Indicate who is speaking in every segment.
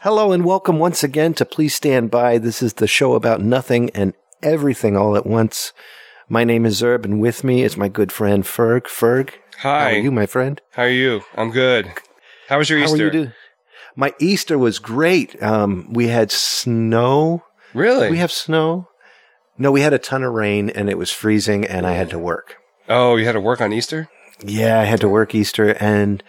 Speaker 1: Hello and welcome once again to Please Stand By. This is the show about nothing and everything all at once. My name is Zerb, and with me is my good friend Ferg. Ferg, how
Speaker 2: Hi.
Speaker 1: are you, my friend?
Speaker 2: How are you? I'm good. How was your
Speaker 1: How
Speaker 2: Easter?
Speaker 1: are you doing? My Easter was great. Um, we had snow.
Speaker 2: Really?
Speaker 1: Did we have snow? No, we had a ton of rain, and it was freezing, and I had to work.
Speaker 2: oh, you had to work on Easter?
Speaker 1: Yeah, I had to work Easter, and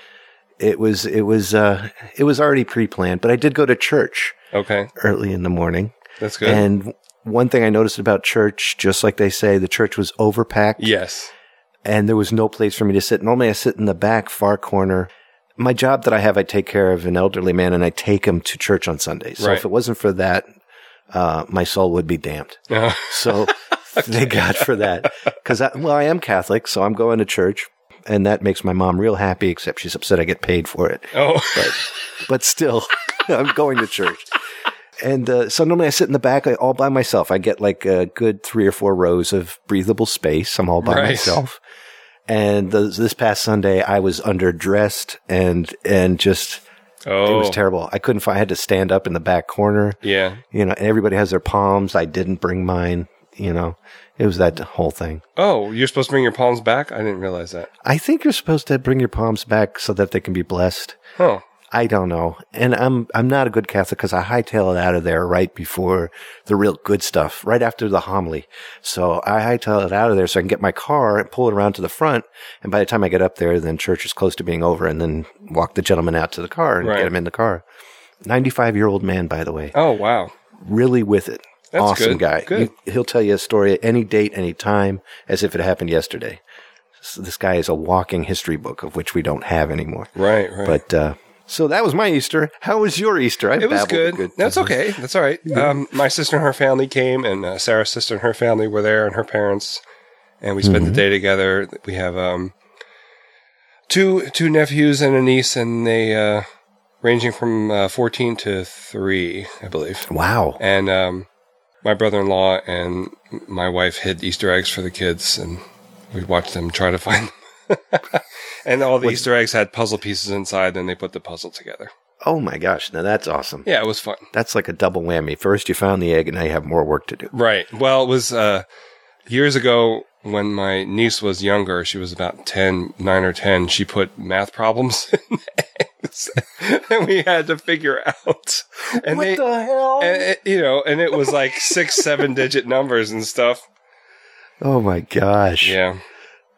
Speaker 1: it was it was uh, it was already pre-planned. But I did go to church
Speaker 2: Okay.
Speaker 1: early in the morning.
Speaker 2: That's good.
Speaker 1: And one thing I noticed about church, just like they say, the church was overpacked
Speaker 2: yes.
Speaker 1: and there was no place for me to sit. Normally I sit in the back far corner. My job that I have, I take care of an elderly man and I take him to church on Sundays. So
Speaker 2: Right.
Speaker 1: if it wasn't for that, uh, my soul would be damned.
Speaker 2: Uh,
Speaker 1: So thank God for that. Cause I, well, I am Catholic, so I'm going to church and that makes my mom real happy, except she's upset I get paid for it
Speaker 2: oh,
Speaker 1: but still, I'm going to church. And uh, so normally I sit in the back like, all by myself. I get like a good three or four rows of breathable space. I'm all by
Speaker 2: Right.
Speaker 1: myself. And th this past Sunday, I was underdressed and and just
Speaker 2: oh,
Speaker 1: it was terrible. I couldn't find. I had to stand up in the back corner.
Speaker 2: yeah.
Speaker 1: You know, and everybody has their palms. I didn't bring mine. You know, it was that whole thing.
Speaker 2: Oh, you're supposed to bring your palms back? I didn't realize that.
Speaker 1: I think you're supposed to bring your palms back so that they can be blessed.
Speaker 2: Oh,
Speaker 1: I don't know. And I'm I'm not a good Catholic because I hightail it out of there right before the real good stuff, right after the homily. So I hightail it out of there so I can get my car and pull it around to the front. And by the time I get up there, then church is close to being over, and then walk the gentleman out to the car and
Speaker 2: Right.
Speaker 1: get him in the car. Ninety-five year old man, by the way,
Speaker 2: oh, wow.
Speaker 1: really with it.
Speaker 2: That's
Speaker 1: awesome
Speaker 2: good.
Speaker 1: guy.
Speaker 2: Good.
Speaker 1: You- he'll tell you a story at any date, any time, as if it happened yesterday. So this guy is a walking history book of which we don't have anymore.
Speaker 2: Right, right.
Speaker 1: But uh, so that was my Easter. How was your Easter? I
Speaker 2: it was
Speaker 1: babbled a
Speaker 2: good. That's okay. That's all right. Um, my sister and her family came, and uh, Sarah's sister and her family were there, and her parents, and we spent the day together. We have um, two two nephews and a niece, and they uh, ranging from uh, fourteen to three, I believe.
Speaker 1: Wow.
Speaker 2: And um, my brother in law and my wife hid Easter eggs for the kids, and we watched them try to find them. and all the Easter eggs had puzzle pieces inside, and they put the puzzle together.
Speaker 1: Oh my gosh. Now that's awesome.
Speaker 2: Yeah, it was fun.
Speaker 1: That's like a double whammy. First, you found the egg, and now you have more work to do.
Speaker 2: Right. Well, it was uh, years ago when my niece was younger. She was about 10, 9 or 10. She put math problems in eggs and we had to figure out. And they,
Speaker 1: the hell?
Speaker 2: and it- you know, and it was like six, seven digit numbers and stuff.
Speaker 1: oh my gosh.
Speaker 2: Yeah.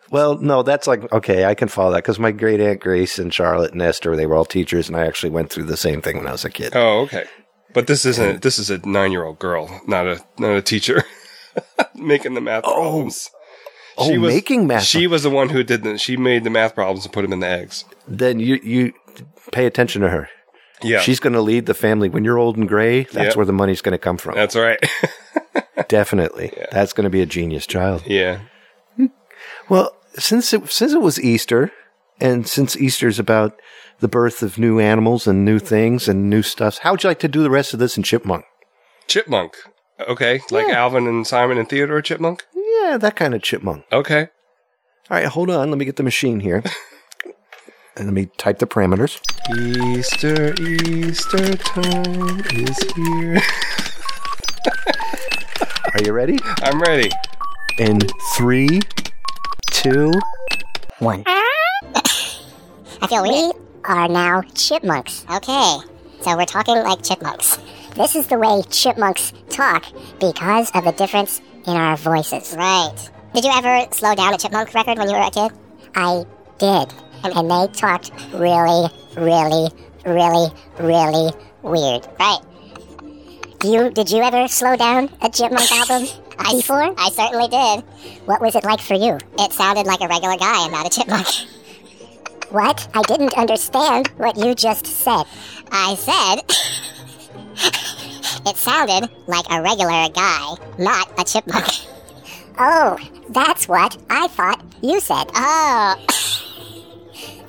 Speaker 1: Well, no, that's like okay. I can follow that because my great aunt Grace and Charlotte and Esther, they were all teachers, and I actually went through the same thing when I was a kid.
Speaker 2: Oh, okay. But this isn't, this is a nine year old girl, not a, not a teacher making the math problems.
Speaker 1: Oh,
Speaker 2: she was-
Speaker 1: making math.
Speaker 2: She was the one who did the, she made the math problems and put them in the eggs.
Speaker 1: then you you pay attention to her.
Speaker 2: Yeah.
Speaker 1: She's going to lead the family. When you're old and gray, that's
Speaker 2: Yep.
Speaker 1: where the money's going to come from.
Speaker 2: That's right.
Speaker 1: Definitely. That's going to be a genius child.
Speaker 2: yeah.
Speaker 1: Well, since it, since it was Easter, and since Easter's about the birth of new animals and new things and new stuffs, how would you like to do the rest of this in Chipmunk?
Speaker 2: Chipmunk. Okay, like Alvin and Simon and Theodore Chipmunk.
Speaker 1: Yeah, that kind of chipmunk.
Speaker 2: Okay.
Speaker 1: All right, hold on. Let me get the machine here. and let me type the parameters.
Speaker 2: Easter, Easter time is here.
Speaker 1: Are you ready?
Speaker 2: I'm ready.
Speaker 1: In three, two, one.
Speaker 3: I feel we are now chipmunks. Okay. So we're talking like chipmunks. This is the way chipmunks talk because of the difference in our voices. Right. Did you ever slow down a chipmunk record when you were a kid? I did. And, and they talked really, really, really, really weird. Right. Do you did you ever slow down a chipmunk album before? I certainly did. What was it like for you? It sounded like a regular guy and not a chipmunk. What? I didn't understand what you just said. I said. it sounded like a regular guy, not a chipmunk. Oh, that's what I thought you said. Oh.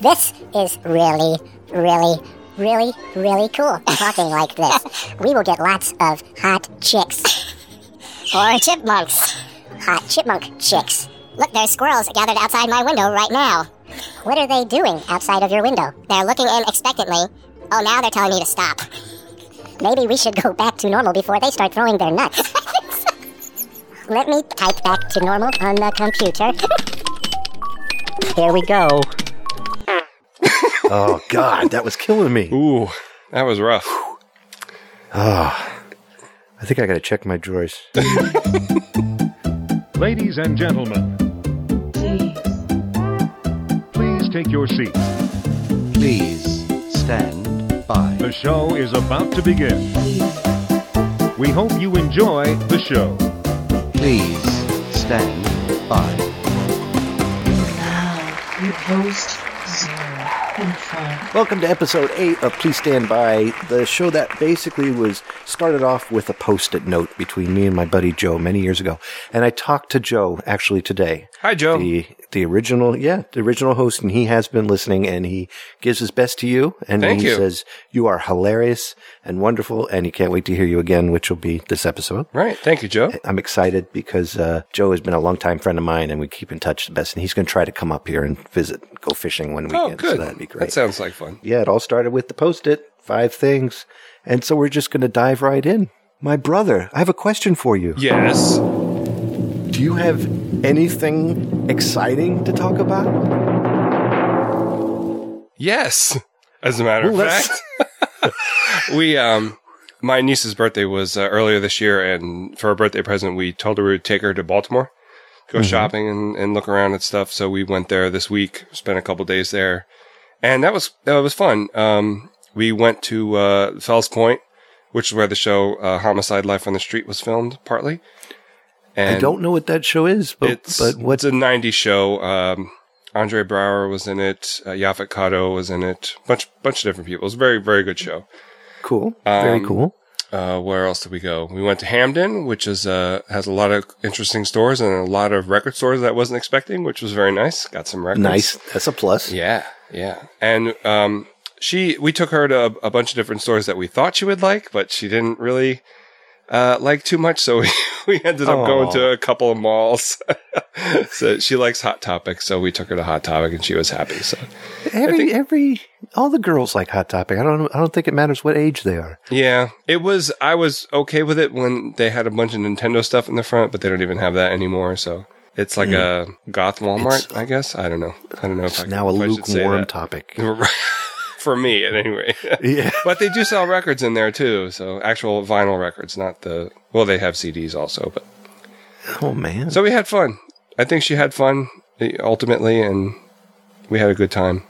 Speaker 3: this is really, really, really, really cool talking like this. We will get lots of hot chicks. or chipmunks. Hot chipmunk chicks. Look, there's squirrels gathered outside my window right now. What are they doing outside of your window? They're looking in expectantly. Oh, now they're telling me to stop. Maybe we should go back to normal before they start throwing their nuts. Let me type back to normal on the computer. there we go.
Speaker 1: Oh God, that was killing me.
Speaker 2: Ooh, that was rough.
Speaker 1: I think I got to check my drawers.
Speaker 4: Ladies and gentlemen, please take your seats.
Speaker 5: Please stand by.
Speaker 4: The show is about to begin. We hope you enjoy the show.
Speaker 5: Please stand by.
Speaker 6: Now, your host, Zero Info.
Speaker 1: Welcome to episode eight of Please Stand By, the show that basically was started off with a post-it note between me and my buddy Joe many years ago, and I talked to Joe actually today.
Speaker 2: Hi, Joe.
Speaker 1: the the original yeah the original host and he has been listening and he gives his best to you and
Speaker 2: Thank
Speaker 1: he
Speaker 2: you.
Speaker 1: says you are hilarious and wonderful and he can't wait to hear you again which will be this episode
Speaker 2: Right. Thank you, Joe.
Speaker 1: i'm excited because uh, joe has been a longtime friend of mine and we keep in touch the best and he's going to try to come up here and visit go fishing one weekend
Speaker 2: Oh,
Speaker 1: so
Speaker 2: good.
Speaker 1: that'd be great
Speaker 2: That sounds like fun.
Speaker 1: yeah it all started with the post-it five things and so we're just going to dive right in my brother i have a question for you
Speaker 2: Yes.
Speaker 1: do you have anything exciting to talk about
Speaker 2: Yes. As a matter of
Speaker 1: Well, that's-
Speaker 2: fact, we um, my niece's birthday was uh, earlier this year, and for her birthday present, we told her we'd take her to Baltimore,
Speaker 1: Mm-hmm.
Speaker 2: go shopping and, and look around and stuff. So we went there this week, spent a couple days there, and that was that was fun. Um, we went to uh, Fells Point, which is where the show uh, "Homicide: Life on the Street" was filmed, partly. And
Speaker 1: I don't know what that show is, but
Speaker 2: it's
Speaker 1: but what's
Speaker 2: it's a '90s show. Um, Andre Brower was in it. Uh, Yaphet Kotto was in it. Bunch bunch of different people. It's a very very good show.
Speaker 1: cool?
Speaker 2: um,
Speaker 1: Very cool.
Speaker 2: Uh, where else did we go? We went to Hamden, which is uh, has a lot of interesting stores and a lot of record stores that I wasn't expecting, which was very nice. Got some records.
Speaker 1: Nice. That's a plus.
Speaker 2: Yeah, yeah. And um, she, we took her to a, a bunch of different stores that we thought she would like, but she didn't really uh, like too much. So we, we ended up
Speaker 1: Aw.
Speaker 2: going to a couple of malls. so she likes Hot Topic, so we took her to Hot Topic, and she was happy. So
Speaker 1: Every every all the girls like Hot Topic. I don't I don't think it matters what age they are.
Speaker 2: yeah, it was. I was okay with it when they had a bunch of Nintendo stuff in the front, but they don't even have that anymore. So. It's
Speaker 1: Hmm.
Speaker 2: like a goth Walmart, I guess. I don't know. I don't know if I
Speaker 1: Now a
Speaker 2: if I should say
Speaker 1: lukewarm
Speaker 2: that.
Speaker 1: topic.
Speaker 2: for me at any rate.
Speaker 1: Yeah.
Speaker 2: but they do sell records in there too, so actual vinyl records, not the well, they have CDs also, but
Speaker 1: Oh man.
Speaker 2: so we had fun. I think she had fun eh, ultimately and we had a good time.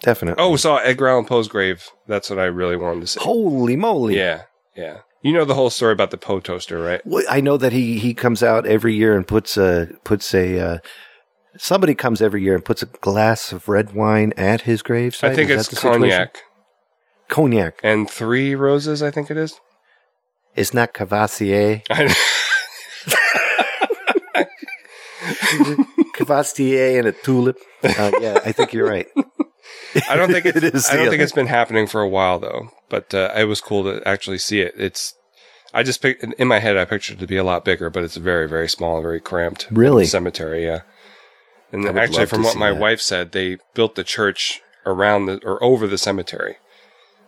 Speaker 1: Definitely.
Speaker 2: Oh, we saw Edgar Allan Poe's grave. That's what I really wanted to see.
Speaker 1: holy moly.
Speaker 2: Yeah, yeah. You know the whole story about the Poe toaster, right?
Speaker 1: Well, I know that he he comes out every year and puts a puts a uh, somebody comes every year and puts a glass of red wine at his gravesite.
Speaker 2: I think
Speaker 1: Is
Speaker 2: it's
Speaker 1: that the situation?
Speaker 2: cognac
Speaker 1: Cognac.
Speaker 2: and three roses. I think it is.
Speaker 1: It's not Cavassier. Cavassier and a tulip. Uh, yeah, I think you're right.
Speaker 2: I don't think it's,
Speaker 1: It is
Speaker 2: I don't
Speaker 1: the
Speaker 2: think
Speaker 1: other.
Speaker 2: it's been happening for a while though. But uh, it was cool to actually see it. It's I just pic- in my head I pictured it to be a lot bigger, but it's very very small, very cramped.
Speaker 1: Really?
Speaker 2: cemetery, yeah. And
Speaker 1: I would
Speaker 2: actually,
Speaker 1: love
Speaker 2: from
Speaker 1: to
Speaker 2: what
Speaker 1: see
Speaker 2: my
Speaker 1: that.
Speaker 2: wife said, they built the church around the or over the cemetery.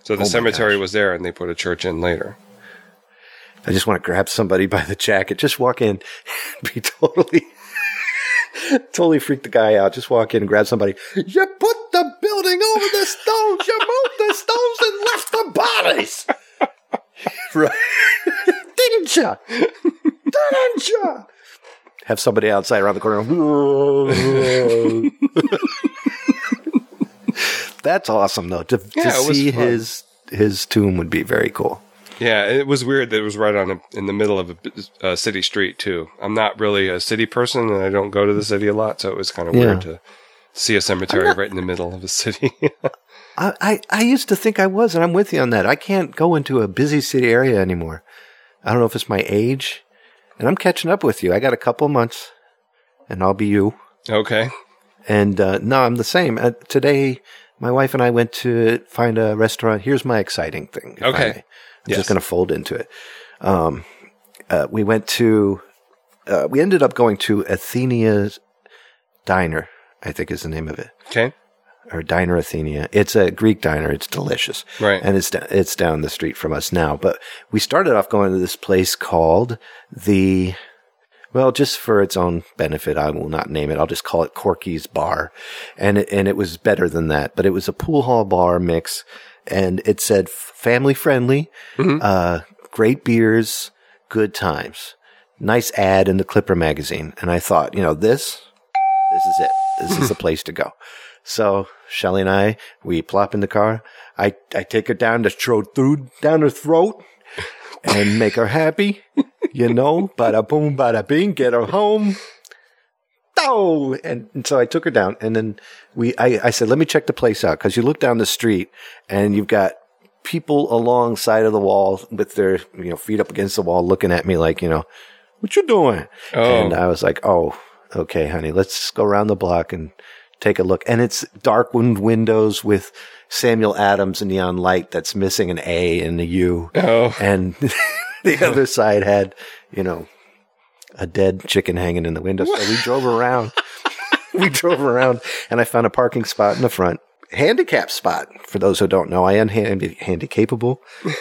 Speaker 2: So the
Speaker 1: Oh my
Speaker 2: cemetery
Speaker 1: gosh.
Speaker 2: was there, and they put a church in later.
Speaker 1: I just want to grab somebody by the jacket, just walk in, be totally, totally freak the guy out. Just walk in and grab somebody. You put the building over the stones. You moved the stones and left the bodies. right? Didn't ya? Didn't ya? Have somebody outside around the corner. That's awesome, though. To, to
Speaker 2: Yeah, it was
Speaker 1: see
Speaker 2: fun.
Speaker 1: his his tomb would be very cool.
Speaker 2: Yeah, it was weird that it was right on a, in the middle of a, bu- a city street too. I'm not really a city person, and I don't go to the city a lot, so it was kind of weird
Speaker 1: Yeah.
Speaker 2: to see a cemetery right in the middle of a city.
Speaker 1: I, I, I used to think I was, and I'm with you on that. I can't go into a busy city area anymore. I don't know if it's my age, and I'm catching up with you. I got a couple months, and I'll be you.
Speaker 2: okay,
Speaker 1: And uh, no, I'm the same. Uh, today, my wife and I went to find a restaurant. Here's my exciting thing. if I
Speaker 2: Okay.
Speaker 1: may. I'm
Speaker 2: Yes.
Speaker 1: just going to fold into it. Um, uh, we went to, uh, we ended up going to Athena's Diner, I think is the name of it
Speaker 2: okay,
Speaker 1: or Diner Athenia. It's a Greek diner. It's delicious.
Speaker 2: Right.
Speaker 1: And it's, da- it's down the street from us now. But we started off going to this place called the, well, just for its own benefit, I will not name it. I'll just call it Corky's Bar. And it, and it was better than that, but it was a pool hall bar mix. And it said family friendly, uh, great beers, good times. Nice ad in the Clipper magazine. And I thought, you know, this, this is it. This is the place to go. So Shelly and I, we plop in the car. I, I take her down the throat, through, down her throat and make her happy, you know, bada boom, bada bing, get her home. Oh, and, and so I took her down and then we, I, I said, let me check the place out. Cause you look down the street and you've got people alongside of the wall with their, you know, feet up against the wall looking at me like, you know, what you doing?
Speaker 2: Oh.
Speaker 1: And I was like, oh, okay, honey, let's go around the block and take a look. And it's dark wooden windows with Samuel Adams and neon light that's missing an A and a U.
Speaker 2: Oh.
Speaker 1: And the other side had, you know, a dead chicken hanging in the window. So we drove around. we drove around and I found a parking spot in the front. Handicap spot for those who don't know. I am handy, handicapable,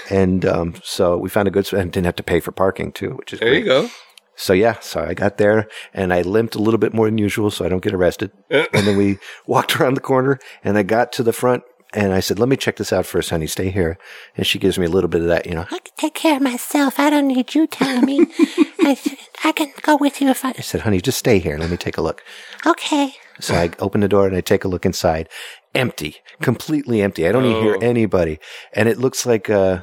Speaker 1: and um, so we found a good spot and didn't have to pay for parking too, which is
Speaker 2: There you
Speaker 1: great.
Speaker 2: go.
Speaker 1: So yeah, so I got there and I limped a little bit more than usual so I don't get arrested. and then we walked around the corner and I got to the front and I said, let me check this out first, honey. Stay here. And she gives me a little bit of that, you know, I can take care of myself. I don't need you telling me. I, I can go with you if I, I said, honey, just stay here. Let me take a look. Okay. So I open the door and I take a look inside. Empty, completely empty. I don't even hear anybody. And it looks like, uh,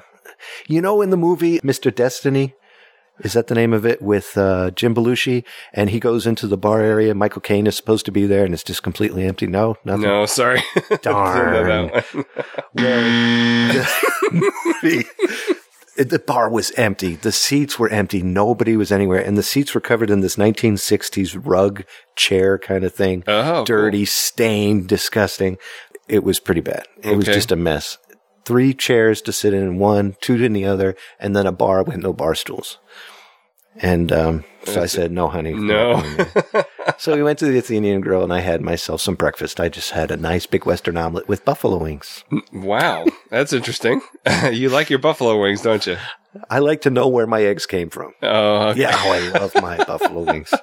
Speaker 1: you know, in the movie, Mr. Destiny, is that the name of it with uh, Jim Belushi? And he goes into the bar area. Michael Caine is supposed to be there, and it's just completely empty. No, nothing.
Speaker 2: No, sorry.
Speaker 1: Darn.
Speaker 2: That one.
Speaker 1: It- the bar was empty. The seats were empty. Nobody was anywhere, and the seats were covered in this 1960s rug chair kind of thing.
Speaker 2: Oh,
Speaker 1: dirty, stained, disgusting. It was pretty bad. It was
Speaker 2: Okay.
Speaker 1: just a mess. Three chairs to sit in one, two in the other, and then a bar with no bar stools. And um, so I said, "No, honey, we're not
Speaker 2: No.
Speaker 1: going there." So we went to the Athenian Grill and I had myself some breakfast. I just had a nice big Western omelet with buffalo wings.
Speaker 2: Wow, that's interesting. you like your buffalo wings, don't you?
Speaker 1: I like to know where my eggs came from.
Speaker 2: Oh, okay.
Speaker 1: Yeah, oh, I love my buffalo wings.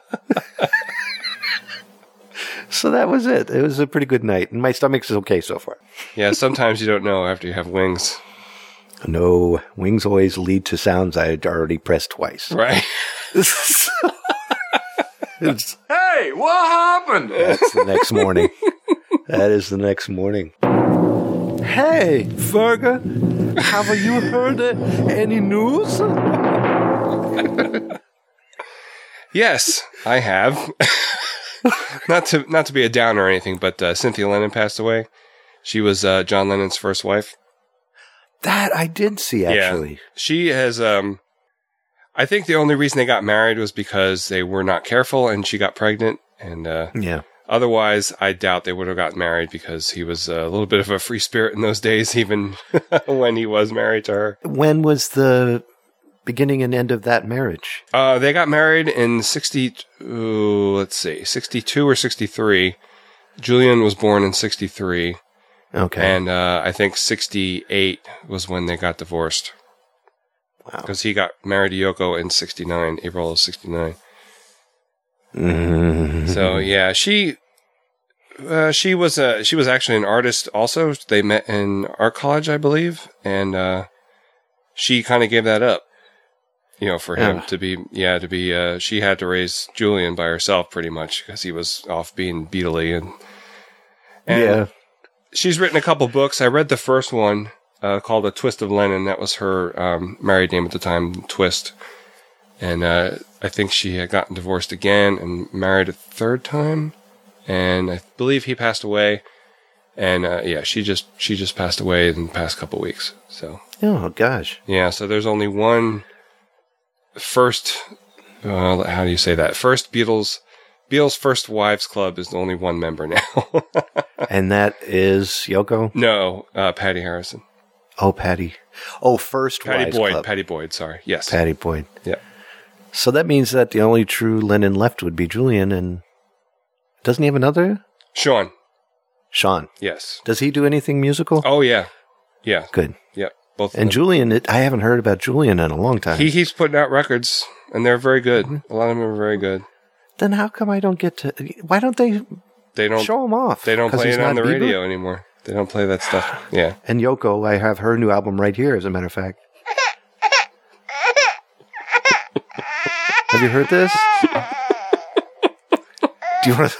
Speaker 1: so that was it. It was a pretty good night, and my stomach's okay so far.
Speaker 2: yeah. Sometimes you don't know after you have wings,
Speaker 1: No, wings always lead to sounds I had already pressed twice.
Speaker 2: right?
Speaker 1: It's- hey, what happened? That's the next morning. that is the next morning. Hey, Ferga, have you heard uh, any news?
Speaker 2: yes, I have. not to not to be a downer or anything, but uh, Cynthia Lennon passed away. She was uh, John Lennon's first wife.
Speaker 1: That I did see actually.
Speaker 2: She has. Um, I think the only reason they got married was because they were not careful, and she got pregnant. And uh,
Speaker 1: Yeah.
Speaker 2: Otherwise, I doubt they would have gotten married because he was a little bit of a free spirit in those days, even when he was married to her.
Speaker 1: When was the beginning and end of that marriage?
Speaker 2: Uh, they got married in 60, ooh, let's see, 62 or 63. Julian was born in 63,
Speaker 1: Okay.
Speaker 2: and uh, I think 68 was when they got divorced
Speaker 1: Wow.
Speaker 2: because he got married to Yoko in 69, April of 69.
Speaker 1: Mhm.
Speaker 2: So yeah, she uh, she was a she was actually an artist. Also, they met in art college, I believe, and uh, she kind of gave that up. You know, for him
Speaker 1: Yeah.
Speaker 2: to be yeah to be uh, she had to raise Julian by herself pretty much because he was off being beatly and and
Speaker 1: yeah.
Speaker 2: she's written a couple books. I read the first one uh, called "A Twist of Lennon." That was her um, married name at the time, Twist. And uh, I think she had gotten divorced again and married a third time. And I believe he passed away. And uh, yeah, she just she just passed away in the past couple weeks. So
Speaker 1: Oh gosh.
Speaker 2: yeah, so there's only one first. Uh, how do you say that? First Beatles. Beatles' first wives club is the only one member now.
Speaker 1: And that is Yoko.
Speaker 2: no, uh, Patty Harrison.
Speaker 1: Oh, Patty. Oh, first
Speaker 2: Patty
Speaker 1: Wives
Speaker 2: Boyd.
Speaker 1: Club.
Speaker 2: Patty Boyd. Sorry. Yes.
Speaker 1: Patty Boyd.
Speaker 2: Yeah.
Speaker 1: So that means that the only true Lennon left would be Julian, and doesn't he have another?
Speaker 2: Sean.
Speaker 1: Sean.
Speaker 2: Yes.
Speaker 1: Does he do anything musical?
Speaker 2: Oh yeah, yeah,
Speaker 1: Good.
Speaker 2: yeah. Both of
Speaker 1: And
Speaker 2: them.
Speaker 1: Julian, it, I haven't heard about Julian in a long time.
Speaker 2: he keeps putting out records, and they're very good.
Speaker 1: Mm-hmm.
Speaker 2: A lot of them are very good.
Speaker 1: then how come I don't get to? Why don't they
Speaker 2: They don't
Speaker 1: show him off?
Speaker 2: they don't
Speaker 1: 'Cause
Speaker 2: play
Speaker 1: he's
Speaker 2: it on the
Speaker 1: not Bieber?
Speaker 2: radio anymore. They don't play that stuff. Yeah.
Speaker 1: And Yoko, I have her new album right here, as a matter of fact. have you heard this? Do you want to?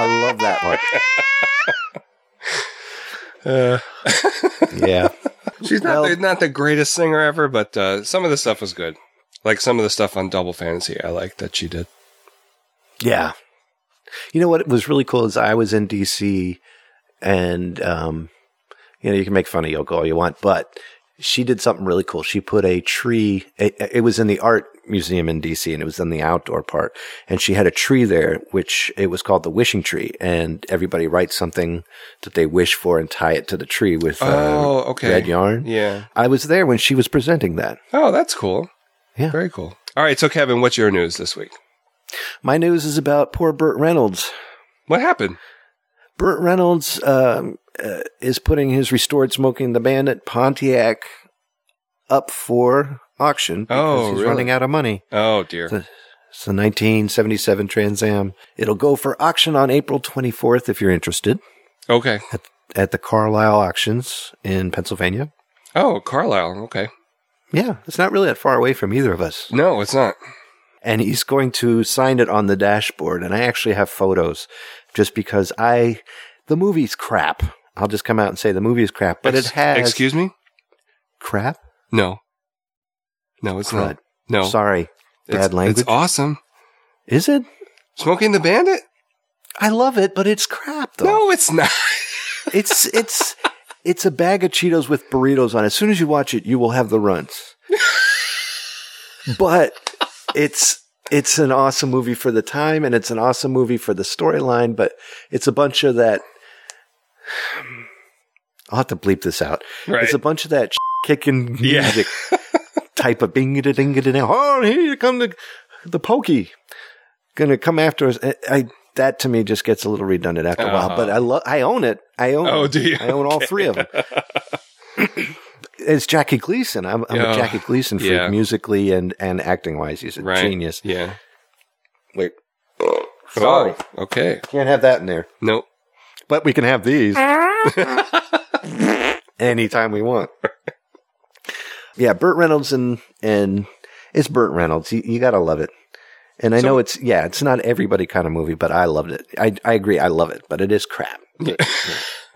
Speaker 1: I love that one. yeah.
Speaker 2: She's not
Speaker 1: Well-
Speaker 2: the, not the greatest singer ever, but uh, some of the stuff was good. Like some of the stuff on Double Fantasy, I like that she did.
Speaker 1: Yeah. You know what was really cool is I was in DC and um you know you can make fun of Yoko all you want, but she did something really cool. She put a tree it, it was in the art museum in DC and it was in the outdoor part and she had a tree there which it was called the wishing tree and everybody writes something that they wish for and tie it to the tree with uh,
Speaker 2: Oh, okay.
Speaker 1: red yarn.
Speaker 2: Yeah.
Speaker 1: I was there when she was presenting that.
Speaker 2: Oh, that's cool.
Speaker 1: Yeah.
Speaker 2: Very cool. All right, so Kevin, what's your news this week?
Speaker 1: My news is about poor Burt Reynolds.
Speaker 2: What happened?
Speaker 1: Burt Reynolds um, uh, is putting his restored Smoking the Bandit Pontiac up for auction because
Speaker 2: Oh,
Speaker 1: he's
Speaker 2: really?
Speaker 1: running out of money.
Speaker 2: Oh dear.
Speaker 1: It's the 1977 Trans Am. It'll go for auction on April 24th if you're interested
Speaker 2: Okay.
Speaker 1: at the Carlisle Auctions in Pennsylvania.
Speaker 2: Oh, Carlisle. Okay.
Speaker 1: Yeah, it's not really that far away from either of us.
Speaker 2: No, it's not.
Speaker 1: and he's going to sign it on the dashboard. And I actually have photos just because I, the movie's crap. I'll just come out and say the movie is crap, but
Speaker 2: Ex-
Speaker 1: it has
Speaker 2: Excuse me?
Speaker 1: crap.
Speaker 2: No. No, it's
Speaker 1: Crud.
Speaker 2: not. No.
Speaker 1: Sorry,
Speaker 2: It's-
Speaker 1: bad language.
Speaker 2: It's awesome.
Speaker 1: is it?
Speaker 2: Smoking the Bandit?
Speaker 1: I love it, but it's crap though.
Speaker 2: No, it's not.
Speaker 1: It's it's it's a bag of Cheetos with burritos on. it. As soon as you watch it, you will have the runs. but it's it's an awesome movie for the time, and it's an awesome movie for the storyline. But it's a bunch of that. I'll have to bleep this out.
Speaker 2: Right.
Speaker 1: It's a bunch of that kicking
Speaker 2: Yeah.
Speaker 1: music type of bing da ding da Oh, here come the the pokey, gonna come after us. I, I that to me just gets a little redundant after a while. But I love I own it. I own.
Speaker 2: Uh-huh. Oh, do you?
Speaker 1: I own all three of them. it's Jackie Gleason. I'm, I'm
Speaker 2: Yeah.
Speaker 1: a Jackie Gleason freak
Speaker 2: Yeah.
Speaker 1: musically and and acting wise. He's a
Speaker 2: Right.
Speaker 1: genius.
Speaker 2: Yeah.
Speaker 1: Wait,
Speaker 2: Sorry. Oh, okay.
Speaker 1: can't have that in there.
Speaker 2: Nope.
Speaker 1: but we can have these anytime we want. Yeah, Burt Reynolds and and it's Burt Reynolds. You, you gotta love it. And I know it's yeah, it's not everybody kind of movie, but I loved it. I I agree, I love it, but it is crap.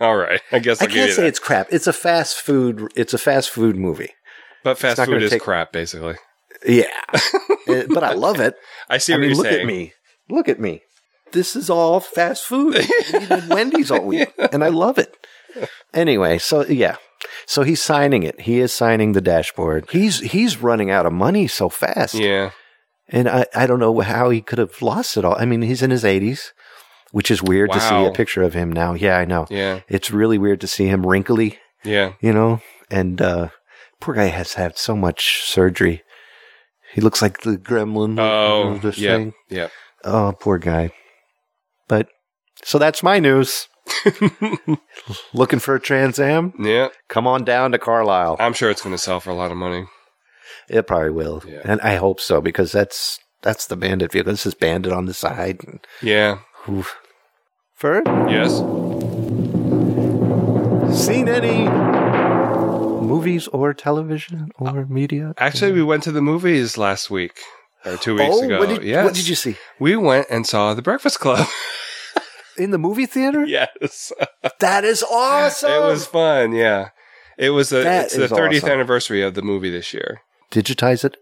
Speaker 2: All right. I guess
Speaker 1: I
Speaker 2: I'll give
Speaker 1: can't
Speaker 2: you
Speaker 1: say
Speaker 2: that.
Speaker 1: it's crap. It's a fast food. It's a fast food movie.
Speaker 2: but fast
Speaker 1: not
Speaker 2: food
Speaker 1: gonna
Speaker 2: is
Speaker 1: take-
Speaker 2: crap, basically.
Speaker 1: Yeah, Uh, but I love it.
Speaker 2: I see
Speaker 1: I
Speaker 2: what
Speaker 1: mean,
Speaker 2: you're
Speaker 1: look
Speaker 2: saying.
Speaker 1: at me. Look at me. This is all fast food. We did Wendy's all week, and I love it. Anyway, so yeah, so he's signing it. He is signing the dashboard. He's he's running out of money so fast,
Speaker 2: Yeah.
Speaker 1: and I I don't know how he could have lost it all. I mean, he's in his eighties, which is weird to see
Speaker 2: Wow.
Speaker 1: a picture of him now. Yeah, I know.
Speaker 2: Yeah.
Speaker 1: It's really weird to see him wrinkly,
Speaker 2: Yeah.
Speaker 1: you know. And uh, poor guy has had so much surgery. He looks like the gremlin. you know,
Speaker 2: Oh,
Speaker 1: this
Speaker 2: yeah.
Speaker 1: thing.
Speaker 2: Yeah.
Speaker 1: Oh, poor guy. But so that's my news. Looking for a Trans Am?
Speaker 2: Yeah.
Speaker 1: Come on down to Carlisle.
Speaker 2: I'm sure it's going to sell for a lot of money.
Speaker 1: It probably will,
Speaker 2: Yeah.
Speaker 1: and I hope so because that's that's the bandit vehicle. This is bandit on the side.
Speaker 2: Yeah.
Speaker 1: Oof. Ferd,
Speaker 2: Yes.
Speaker 1: seen any movies or television
Speaker 2: Uh,
Speaker 1: or media?
Speaker 2: Actually, we went to the movies last week or two weeks
Speaker 1: oh,
Speaker 2: ago.
Speaker 1: what did,
Speaker 2: yes.
Speaker 1: what did you see
Speaker 2: We went and saw The Breakfast Club.
Speaker 1: in the movie theater?
Speaker 2: yes.
Speaker 1: That is awesome.
Speaker 2: It was fun, yeah. It was a,
Speaker 1: That
Speaker 2: it's the
Speaker 1: is
Speaker 2: 30th
Speaker 1: awesome.
Speaker 2: anniversary of the movie this year.
Speaker 1: Digitize it.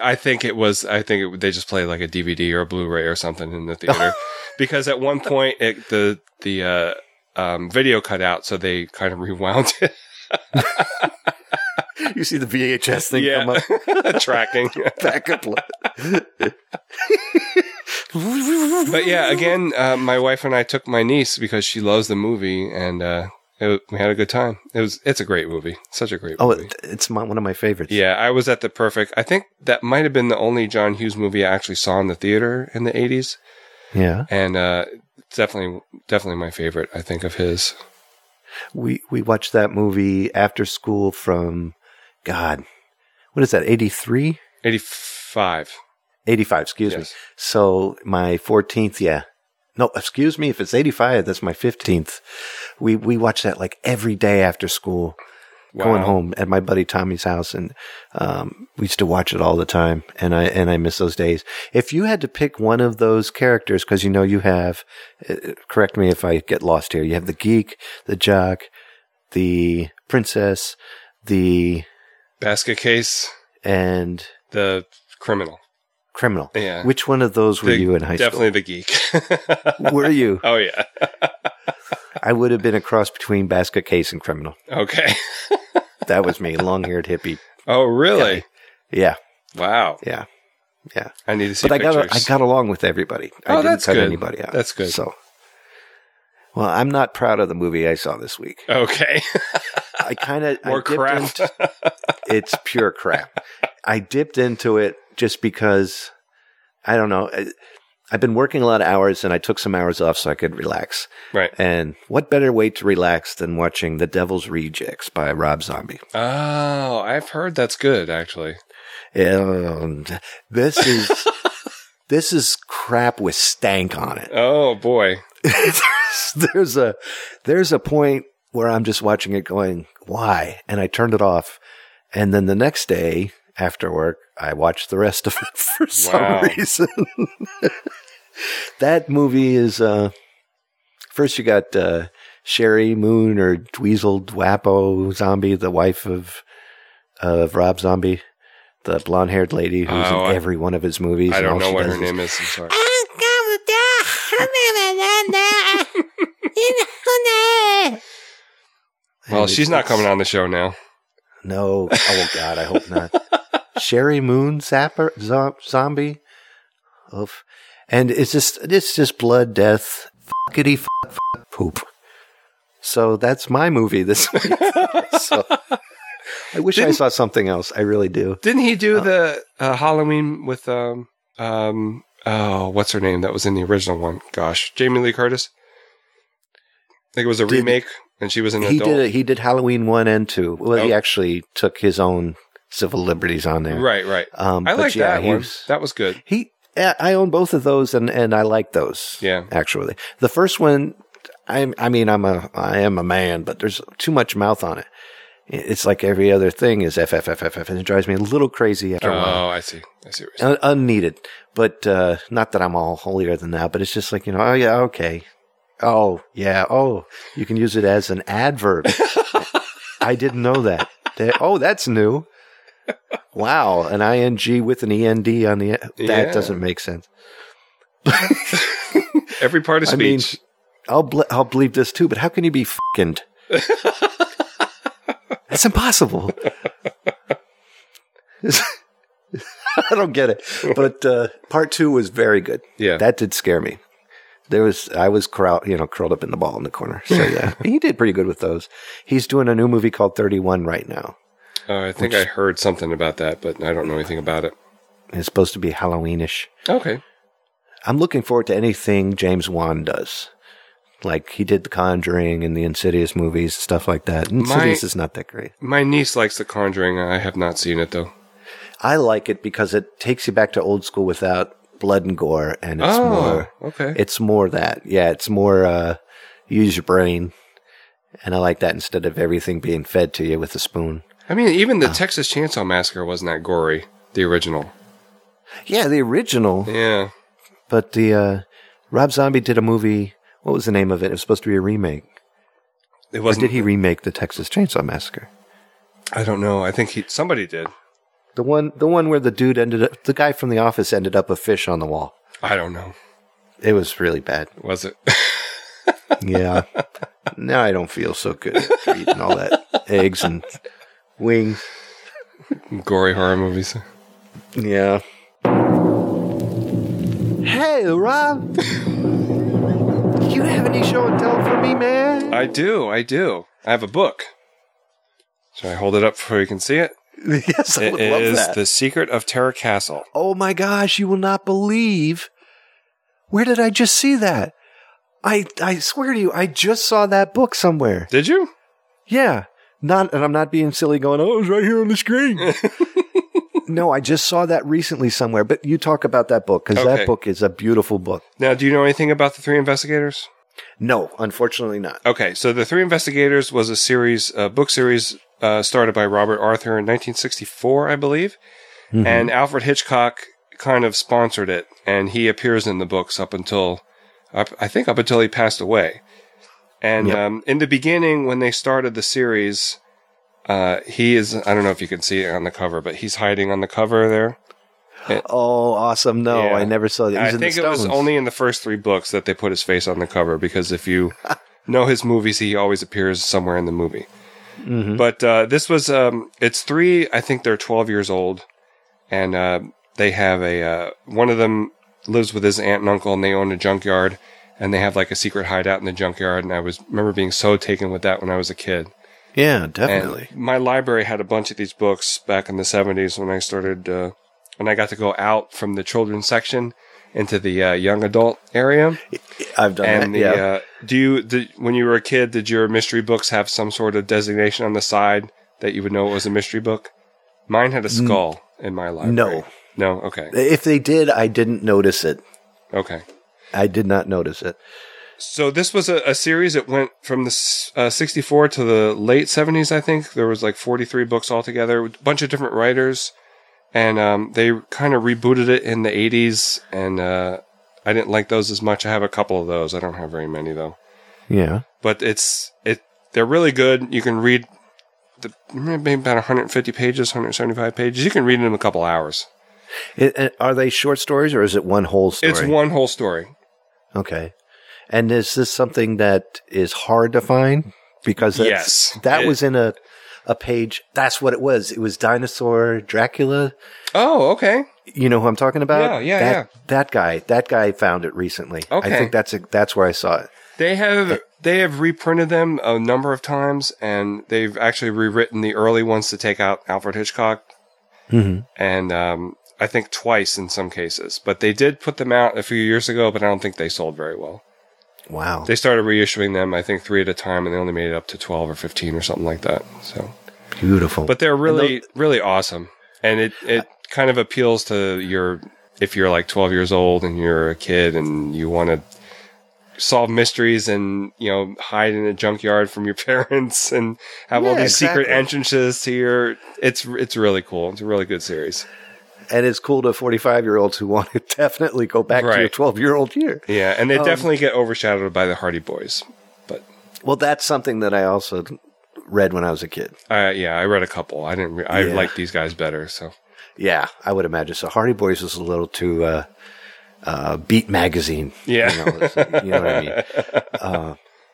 Speaker 2: I think it was. I think it, they just played like a DVD or a Blu-ray or something in the theater, because at one point it, the the uh, um, video cut out, so they kind of rewound it.
Speaker 1: You see the VHS thing
Speaker 2: yeah,
Speaker 1: come up.
Speaker 2: tracking.
Speaker 1: back up.
Speaker 2: But yeah, again, uh, my wife and I took my niece because she loves the movie, and uh, it, we had a good time. It was. It's a great movie. Such a great
Speaker 1: Oh,
Speaker 2: movie.
Speaker 1: it, it's my, one of my favorites.
Speaker 2: Yeah, I was at the perfect. I think that might have been the only John Hughes movie I actually saw in the theater in the 80s.
Speaker 1: Yeah.
Speaker 2: and uh, definitely, definitely my favorite. I think of his.
Speaker 1: We we watched that movie after school from God. What is that? 83?
Speaker 2: 85.
Speaker 1: 85, excuse me.
Speaker 2: Yes.
Speaker 1: So my 14th, yeah. No, excuse me, if it's 85, that's my 15th. We we watched that like every day after school. going
Speaker 2: Wow.
Speaker 1: home at my buddy Tommy's house, and um, we used to watch it all the time. And I and I miss those days. If you had to pick one of those characters, because you know you have, uh, correct me if I get lost here. You have the geek, the jock, the princess, the
Speaker 2: Basket case,
Speaker 1: and
Speaker 2: the criminal.
Speaker 1: criminal.
Speaker 2: Yeah.
Speaker 1: Which one of those were
Speaker 2: The-
Speaker 1: you in high
Speaker 2: Definitely the geek.
Speaker 1: school? Were you?
Speaker 2: oh, yeah.
Speaker 1: I would have been a cross between basket case and criminal.
Speaker 2: Okay.
Speaker 1: That was me, long haired hippie.
Speaker 2: Oh, really?
Speaker 1: Yeah,
Speaker 2: Wow.
Speaker 1: yeah, yeah.
Speaker 2: I need to see
Speaker 1: but I got I
Speaker 2: pictures.
Speaker 1: got along with everybody. I
Speaker 2: Oh,
Speaker 1: didn't
Speaker 2: that's
Speaker 1: cut
Speaker 2: good.
Speaker 1: anybody out.
Speaker 2: That's good.
Speaker 1: So, well, I'm not proud of the movie I saw this week.
Speaker 2: Okay.
Speaker 1: I kind of
Speaker 2: More crap.
Speaker 1: it's pure crap. I dipped into it just because I don't know. I, I've been working a lot of hours, and I took some hours off so I could relax.
Speaker 2: Right.
Speaker 1: And what better way to relax than watching The Devil's Rejects by Rob Zombie?
Speaker 2: Oh, I've heard that's good, actually.
Speaker 1: And this is this is crap with stank on it.
Speaker 2: Oh, boy.
Speaker 1: there's, there's a there's a point where I'm just watching it going, why? And I turned it off. And then the next day after work, I watched the rest of it for some
Speaker 2: Wow.
Speaker 1: reason. that movie is uh first you got uh Sherry Moon or Dweezil Dwapo Zombie, the wife of of Rob Zombie, the blonde haired lady who's
Speaker 2: Oh, I-
Speaker 1: in every one of his movies.
Speaker 2: I
Speaker 1: and
Speaker 2: don't
Speaker 1: all
Speaker 2: know
Speaker 1: she
Speaker 2: what
Speaker 1: does
Speaker 2: her
Speaker 1: is-
Speaker 2: name is. I'm sorry. Well,
Speaker 1: and
Speaker 2: she's
Speaker 1: it's-
Speaker 2: not
Speaker 1: it's-
Speaker 2: coming on the show now.
Speaker 1: No. Oh God, I hope not. Sherry Moon Zapper zo- Zombie. Oof. And it's just it's just blood, death, fuckity fuck, fuck poop. So that's my movie this week. so, I wish I
Speaker 2: Didn't-
Speaker 1: saw something else. I really do.
Speaker 2: Didn't he do the uh, Halloween with um um oh what's her name that was in the original one? Gosh, Jamie Lee Curtis. I think it was a
Speaker 1: Did-
Speaker 2: remake, and she was an
Speaker 1: He
Speaker 2: adult.
Speaker 1: did it. He did Halloween one and two. Well, he
Speaker 2: Oh.
Speaker 1: actually took his own civil liberties on there.
Speaker 2: Right, right.
Speaker 1: Um,
Speaker 2: I
Speaker 1: but
Speaker 2: like
Speaker 1: yeah,
Speaker 2: that
Speaker 1: he
Speaker 2: one.
Speaker 1: was-
Speaker 2: That was good.
Speaker 1: He, I I own both of those, and and I like those.
Speaker 2: Yeah.
Speaker 1: actually, the first one, I I mean, I'm a I am a man, but there's too much mouth on it. It's like every other thing is FFFFF, and it drives me a little crazy after a while.
Speaker 2: Oh, I see. I see. What you're saying.
Speaker 1: Un- unneeded, but uh, not that I'm all holier than thou. But it's just like you know, oh yeah, okay, oh yeah, oh you can use it as an adverb. I didn't know that. They- oh, that's new. Wow, an ing with an end on the that
Speaker 2: Yeah.
Speaker 1: doesn't make sense.
Speaker 2: Every part of
Speaker 1: I mean-
Speaker 2: speech.
Speaker 1: I'll ble- I'll believe this too, but how can you be fing That's impossible. I don't get it. But uh, part two was very good.
Speaker 2: yeah.
Speaker 1: That did scare me. There was I was curled, you know, curled up in the ball in the corner. So yeah, he did pretty good with those. He's doing a new movie called Thirty One right now.
Speaker 2: oh, I think I heard something about that, but I don't know anything about it.
Speaker 1: And it's supposed to be Halloweenish.
Speaker 2: Okay.
Speaker 1: I'm looking forward to anything James Wan does. Like he did The Conjuring and the Insidious movies, stuff like that. Insidious is not that great.
Speaker 2: My niece likes The Conjuring. I have not seen it though.
Speaker 1: I like it because it takes you back to old school without blood and gore, and it's
Speaker 2: oh,
Speaker 1: more
Speaker 2: okay.
Speaker 1: it's more that yeah, it's more uh, use your brain, and I like that instead of everything being fed to you with a spoon.
Speaker 2: I mean, even
Speaker 1: uh.
Speaker 2: the Texas Chainsaw Massacre wasn't that gory. The original.
Speaker 1: Yeah, the original,
Speaker 2: Yeah.
Speaker 1: but the uh, Rob Zombie did a movie. What was the name of it? It was supposed to be a remake.
Speaker 2: It
Speaker 1: Or
Speaker 2: wasn't.
Speaker 1: did he remake the Texas Chainsaw Massacre?
Speaker 2: I don't know. I think he somebody did.
Speaker 1: The one, the one where the dude ended up, the guy from the office ended up a fish on the wall.
Speaker 2: I don't know.
Speaker 1: It was really bad.
Speaker 2: Was it?
Speaker 1: Yeah. now I don't feel so good after eating all that eggs and wings.
Speaker 2: Gory horror movies.
Speaker 1: Yeah. Hey, Rob. you have any show and tell for me, man?
Speaker 2: I do. I do. I have a book. Should I hold it up so you can see it?
Speaker 1: yes, I
Speaker 2: It
Speaker 1: would love
Speaker 2: is
Speaker 1: that.
Speaker 2: The Secret of Terror Castle.
Speaker 1: oh my gosh, you will not believe Where did I just see that? I, I swear to you, I just saw that book somewhere.
Speaker 2: Did you?
Speaker 1: Yeah. Not, and I'm not being silly going, oh, it's right here on the screen. no, I just saw that recently somewhere, but you talk about that book because
Speaker 2: Okay.
Speaker 1: that book is a beautiful book.
Speaker 2: Now, do you know anything about the three investigators?
Speaker 1: No, unfortunately not.
Speaker 2: Okay, so the Three Investigators was a series, a book series uh, started by Robert Arthur in 1964, I believe, and Alfred Hitchcock kind of sponsored it, and he appears in the books up until, up, I think, up until he passed away. And um, in the beginning, when they started the series, uh, he is—I don't know if you can see it on the cover, but he's hiding on the cover there.
Speaker 1: Oh, awesome. No,
Speaker 2: Yeah.
Speaker 1: I never saw that. It was in
Speaker 2: I
Speaker 1: the
Speaker 2: think it was
Speaker 1: Stones.
Speaker 2: only in the first three books that they put his face on the cover because if you know his movies, he always appears somewhere in the movie.
Speaker 1: Mm-hmm.
Speaker 2: But uh, this was um, it's three. I think they're twelve years old, and uh, they have a uh, one of them lives with his aunt and uncle, and they own a junkyard, and they have like a secret hideout in the junkyard. And I was remember being so taken with that when I was a kid.
Speaker 1: Yeah,
Speaker 2: And
Speaker 1: definitely.
Speaker 2: my library had a bunch of these books back in the 70s when I started, uh, when I got to go out from the children's section into the uh, young adult area.
Speaker 1: I've done
Speaker 2: And
Speaker 1: that.
Speaker 2: the,
Speaker 1: yeah.
Speaker 2: uh, do you, did, when you were a kid, did your mystery books have some sort of designation on the side that you would know it was a mystery book? Mine had a skull in my library.
Speaker 1: Mm. No.
Speaker 2: No? Okay.
Speaker 1: if they did, I didn't notice it.
Speaker 2: Okay.
Speaker 1: I did not notice it.
Speaker 2: So this was a, a series that went from the s- uh, 64 to the late 70s, I think. There was like 43 books altogether, with a bunch of different writers, and um, they kind of rebooted it in the 80s. And uh, I didn't like those as much. I have a couple of those. I don't have very many though.
Speaker 1: Yeah.
Speaker 2: But it's it they're really good. You can read the maybe about 150 pages, 175 pages. You can read it in a couple hours.
Speaker 1: It, uh, are they short stories or is it one whole story?
Speaker 2: It's one whole story.
Speaker 1: Okay. And is this something that is hard to find? Because that's,
Speaker 2: Yes.
Speaker 1: that
Speaker 2: It-
Speaker 1: was in a a page. That's what it was. It was Dinosaur Dracula.
Speaker 2: Oh, okay.
Speaker 1: You know who I'm talking about?
Speaker 2: Yeah, yeah,
Speaker 1: that,
Speaker 2: yeah.
Speaker 1: That guy. That guy found it recently.
Speaker 2: Okay.
Speaker 1: I think that's a, that's where I saw it.
Speaker 2: They have they have reprinted them a number of times, and they've actually rewritten the early ones to take out Alfred Hitchcock, and um, I think twice in some cases. But they did put them out a few years ago, but I don't think they sold very well.
Speaker 1: Wow.
Speaker 2: They started reissuing them, I think, three at a time, and they only made it up to twelve or fifteen or something like that. So,
Speaker 1: Beautiful.
Speaker 2: but they're really really awesome, and it it kind of appeals to your if you're like twelve years old and you're a kid and you want to solve mysteries and you know hide in a junkyard from your parents and have all
Speaker 1: Yeah,
Speaker 2: these secret
Speaker 1: exactly.
Speaker 2: entrances to your it's it's really cool it's a really good series
Speaker 1: and it's cool to 45 year olds who want to definitely go back to your
Speaker 2: Right.
Speaker 1: 12 year old year.
Speaker 2: yeah and
Speaker 1: Um,
Speaker 2: they definitely get overshadowed by the hardy boys but
Speaker 1: Well, that's something that I also read when I was a kid.
Speaker 2: uh, yeah i read a couple i didn't re- i
Speaker 1: Yeah.
Speaker 2: like these guys better so
Speaker 1: Yeah, I would imagine. So Hardy Boys was a little too uh, uh, beat magazine.
Speaker 2: Yeah.
Speaker 1: you know, it's- you know what I mean. Uh,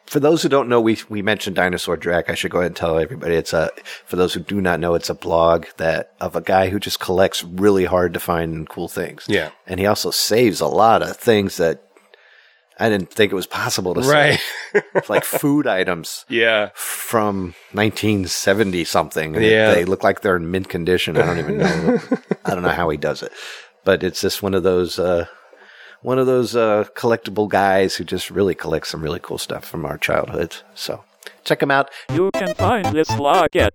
Speaker 1: for those who don't know, we we mentioned Dinosaur Drac. I should go ahead and tell everybody. It's a for those who do not know, it's a blog that of a guy who just collects really hard to find and cool things.
Speaker 2: Yeah.
Speaker 1: and he also saves a lot of things that I didn't think it was possible to
Speaker 2: right
Speaker 1: save, like food items
Speaker 2: yeah
Speaker 1: from 1970 something. and
Speaker 2: Yeah.
Speaker 1: They look like they're in mint condition. I don't even know. I don't know how he does it, but it's just one of those, uh, one of those, uh, collectible guys who just really collects some really cool stuff from our childhood. So check him out.
Speaker 7: You can find this blog at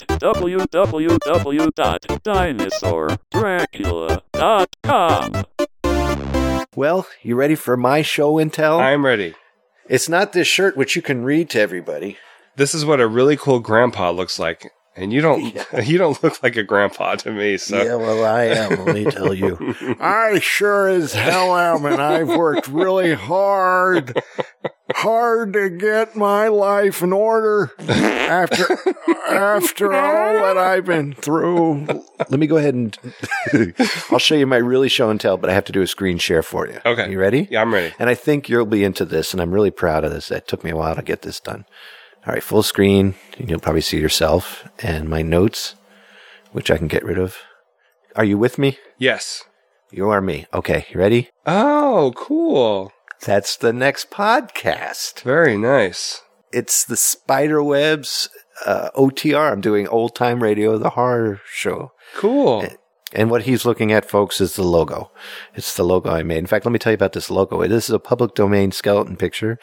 Speaker 7: www.dinosaurdracula.com.
Speaker 1: Well, you ready for my show and tell?
Speaker 2: i'm ready
Speaker 1: it's not this shirt, which you can read to everybody.
Speaker 2: this is what a really cool grandpa looks like and you don't you don't look like a grandpa to me so
Speaker 1: Yeah, well, I am. Let me tell you, I sure as hell am, and I've worked really hard, hard to get my life in order after after all that I've been through. Let me go ahead and I'll show you my really show and tell, but I have to do a screen share for you.
Speaker 2: Okay.
Speaker 1: you ready?
Speaker 2: Yeah, I'm ready.
Speaker 1: And I think you'll be into this, and I'm really proud of this. It took me a while to get this done. All right, full screen, and you'll probably see yourself and my notes, which I can get rid of. Are you with me?
Speaker 2: yes
Speaker 1: You are me. Okay, you ready?
Speaker 2: oh cool
Speaker 1: That's the next podcast.
Speaker 2: very nice
Speaker 1: It's the Spiderwebs uh, OTR. I'm doing old time radio, the horror show.
Speaker 2: cool
Speaker 1: And what he's looking at, folks, is the logo. It's the logo I made. In fact, let me tell you about this logo. This is a public domain skeleton picture,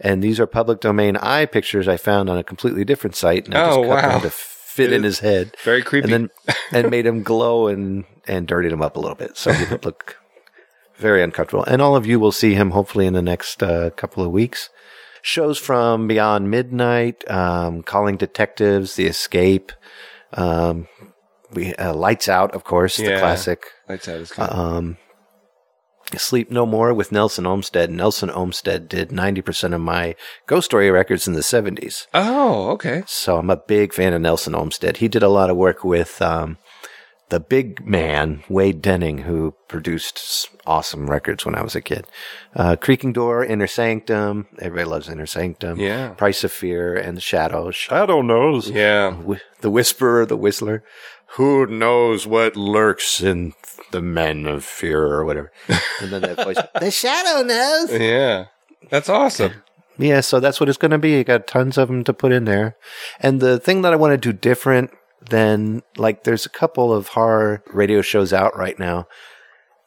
Speaker 1: and these are public domain eye pictures I found on a completely different site, and I just
Speaker 2: Oh,
Speaker 1: cut
Speaker 2: wow.
Speaker 1: them to fit
Speaker 2: It
Speaker 1: in
Speaker 2: is
Speaker 1: his head,
Speaker 2: Very creepy.
Speaker 1: and then and made him glow and and dirtied him up a little bit, so he would look very uncomfortable. And all of you will see him hopefully in the next uh, couple of weeks. Shows from Beyond Midnight, um, Calling Detectives, The Escape, um, we uh, Lights Out, of course, the
Speaker 2: Yeah.
Speaker 1: classic.
Speaker 2: Lights out is good.
Speaker 1: Um, Sleep No More with Nelson Olmsted. Nelson Olmsted did 90% of my ghost story records in the 70s.
Speaker 2: oh, okay.
Speaker 1: So I'm a big fan of Nelson Olmsted. He did a lot of work with um, the big man, Wade Denning, who produced s- awesome records when I was a kid. Uh, Creaking Door, Inner Sanctum. Everybody loves Inner Sanctum.
Speaker 2: Yeah.
Speaker 1: Price of Fear and the Shadows.
Speaker 4: Shadow knows.
Speaker 2: Yeah.
Speaker 1: Whi- the Whisperer, the Whistler. Who knows what lurks in the men of fear or whatever. And then that voice, the shadow knows.
Speaker 2: Yeah. That's awesome.
Speaker 1: Yeah, so that's what it's going to be. You got tons of them to put in there. And the thing that I want to do different than, like, there's a couple of horror radio shows out right now.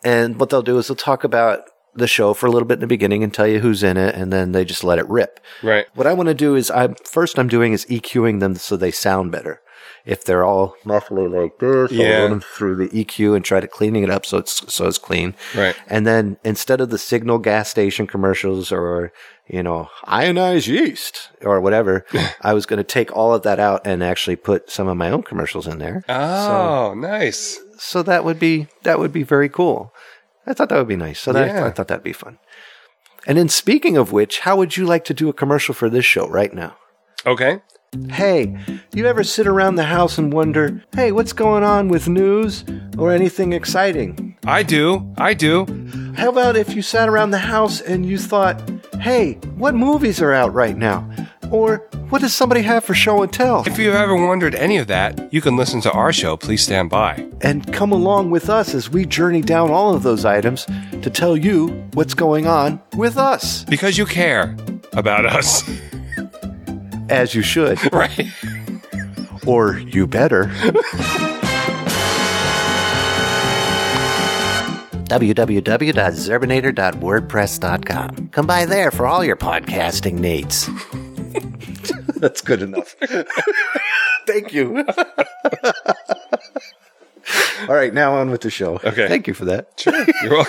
Speaker 1: And what they'll do is they'll talk about the show for a little bit in the beginning and tell you who's in it, and then they just let it rip.
Speaker 2: Right.
Speaker 1: What I want to do is I'm first I'm doing is EQing them so they sound better. If they're all muffly like this, I'll
Speaker 2: Yeah.
Speaker 1: run them through the EQ and try to cleaning it up so it's so it's clean.
Speaker 2: Right.
Speaker 1: And then instead of the signal gas station commercials or you know ionized yeast or whatever, I was going to take all of that out and actually put some of my own commercials in there.
Speaker 2: Oh, nice.
Speaker 1: So that would be that would be very cool. I thought that would be nice. So that,
Speaker 2: Yeah.
Speaker 1: I thought that'd be fun. And then speaking of which, how would you like to do a commercial for this show right now?
Speaker 2: Okay.
Speaker 1: Hey, you ever sit around the house and wonder, hey, what's going on with news or anything exciting?
Speaker 2: I do. I do.
Speaker 1: How about if you sat around the house and you thought, hey, what movies are out right now? Or what does somebody have for show and tell?
Speaker 2: If you've ever wondered any of that, you can listen to our show. Please stand by.
Speaker 1: And come along with us as we journey down all of those items to tell you what's going on with us,
Speaker 2: Because you care about us.
Speaker 1: as you should,
Speaker 2: right.
Speaker 1: or you better. www.zerbinator.wordpress.com. Come by there for all your podcasting needs. That's good enough. Thank you. all right, now on with the show.
Speaker 2: Okay.
Speaker 1: Thank you for that.
Speaker 2: You're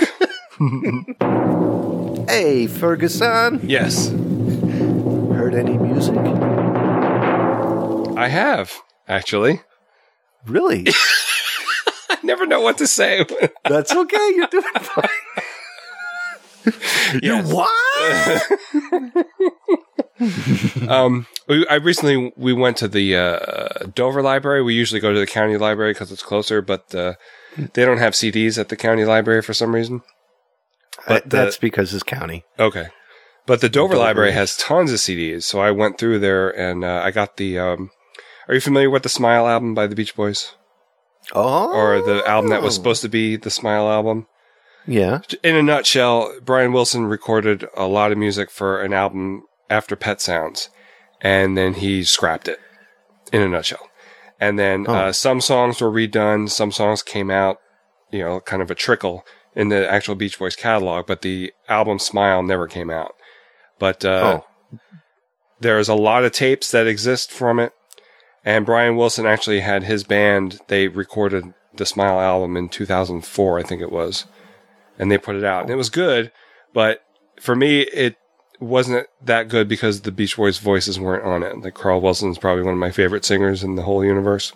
Speaker 2: welcome.
Speaker 1: Hey, Ferguson.
Speaker 2: Yes.
Speaker 1: Heard any music?
Speaker 2: I have, actually.
Speaker 1: Really?
Speaker 2: I never know what to say.
Speaker 1: That's okay. You're doing fine.
Speaker 2: Yes.
Speaker 1: What?
Speaker 2: um, we, I recently we went to the uh, Dover Library. We usually go to the county library because it's closer, but uh, they don't have CDs at the county library for some reason. But
Speaker 1: Uh,
Speaker 2: the-
Speaker 1: that's because it's county.
Speaker 2: Okay, but the Dover,
Speaker 1: Dover.
Speaker 2: Library has tons of CDs, so I went through there and uh, I got the. Um, are you familiar with the Smile album by the Beach Boys,
Speaker 1: Oh.
Speaker 2: or the album that was supposed to be the Smile album?
Speaker 1: Yeah.
Speaker 2: in a nutshell, Brian Wilson recorded a lot of music for an album after Pet Sounds, and then he scrapped it. In a nutshell, and then
Speaker 1: Oh.
Speaker 2: uh, some songs were redone, some songs came out, you know, kind of a trickle in the actual Beach Boys catalog, but the album Smile never came out. But uh,
Speaker 1: oh.
Speaker 2: there's a lot of tapes that exist from it. And Brian Wilson actually had his band, they recorded the Smile album in 2004, I think it was. And they put it out. And it was good, but for me, it wasn't that good because the Beach Boys voices weren't on it. Like Carl Wilson's probably one of my favorite singers in the whole universe.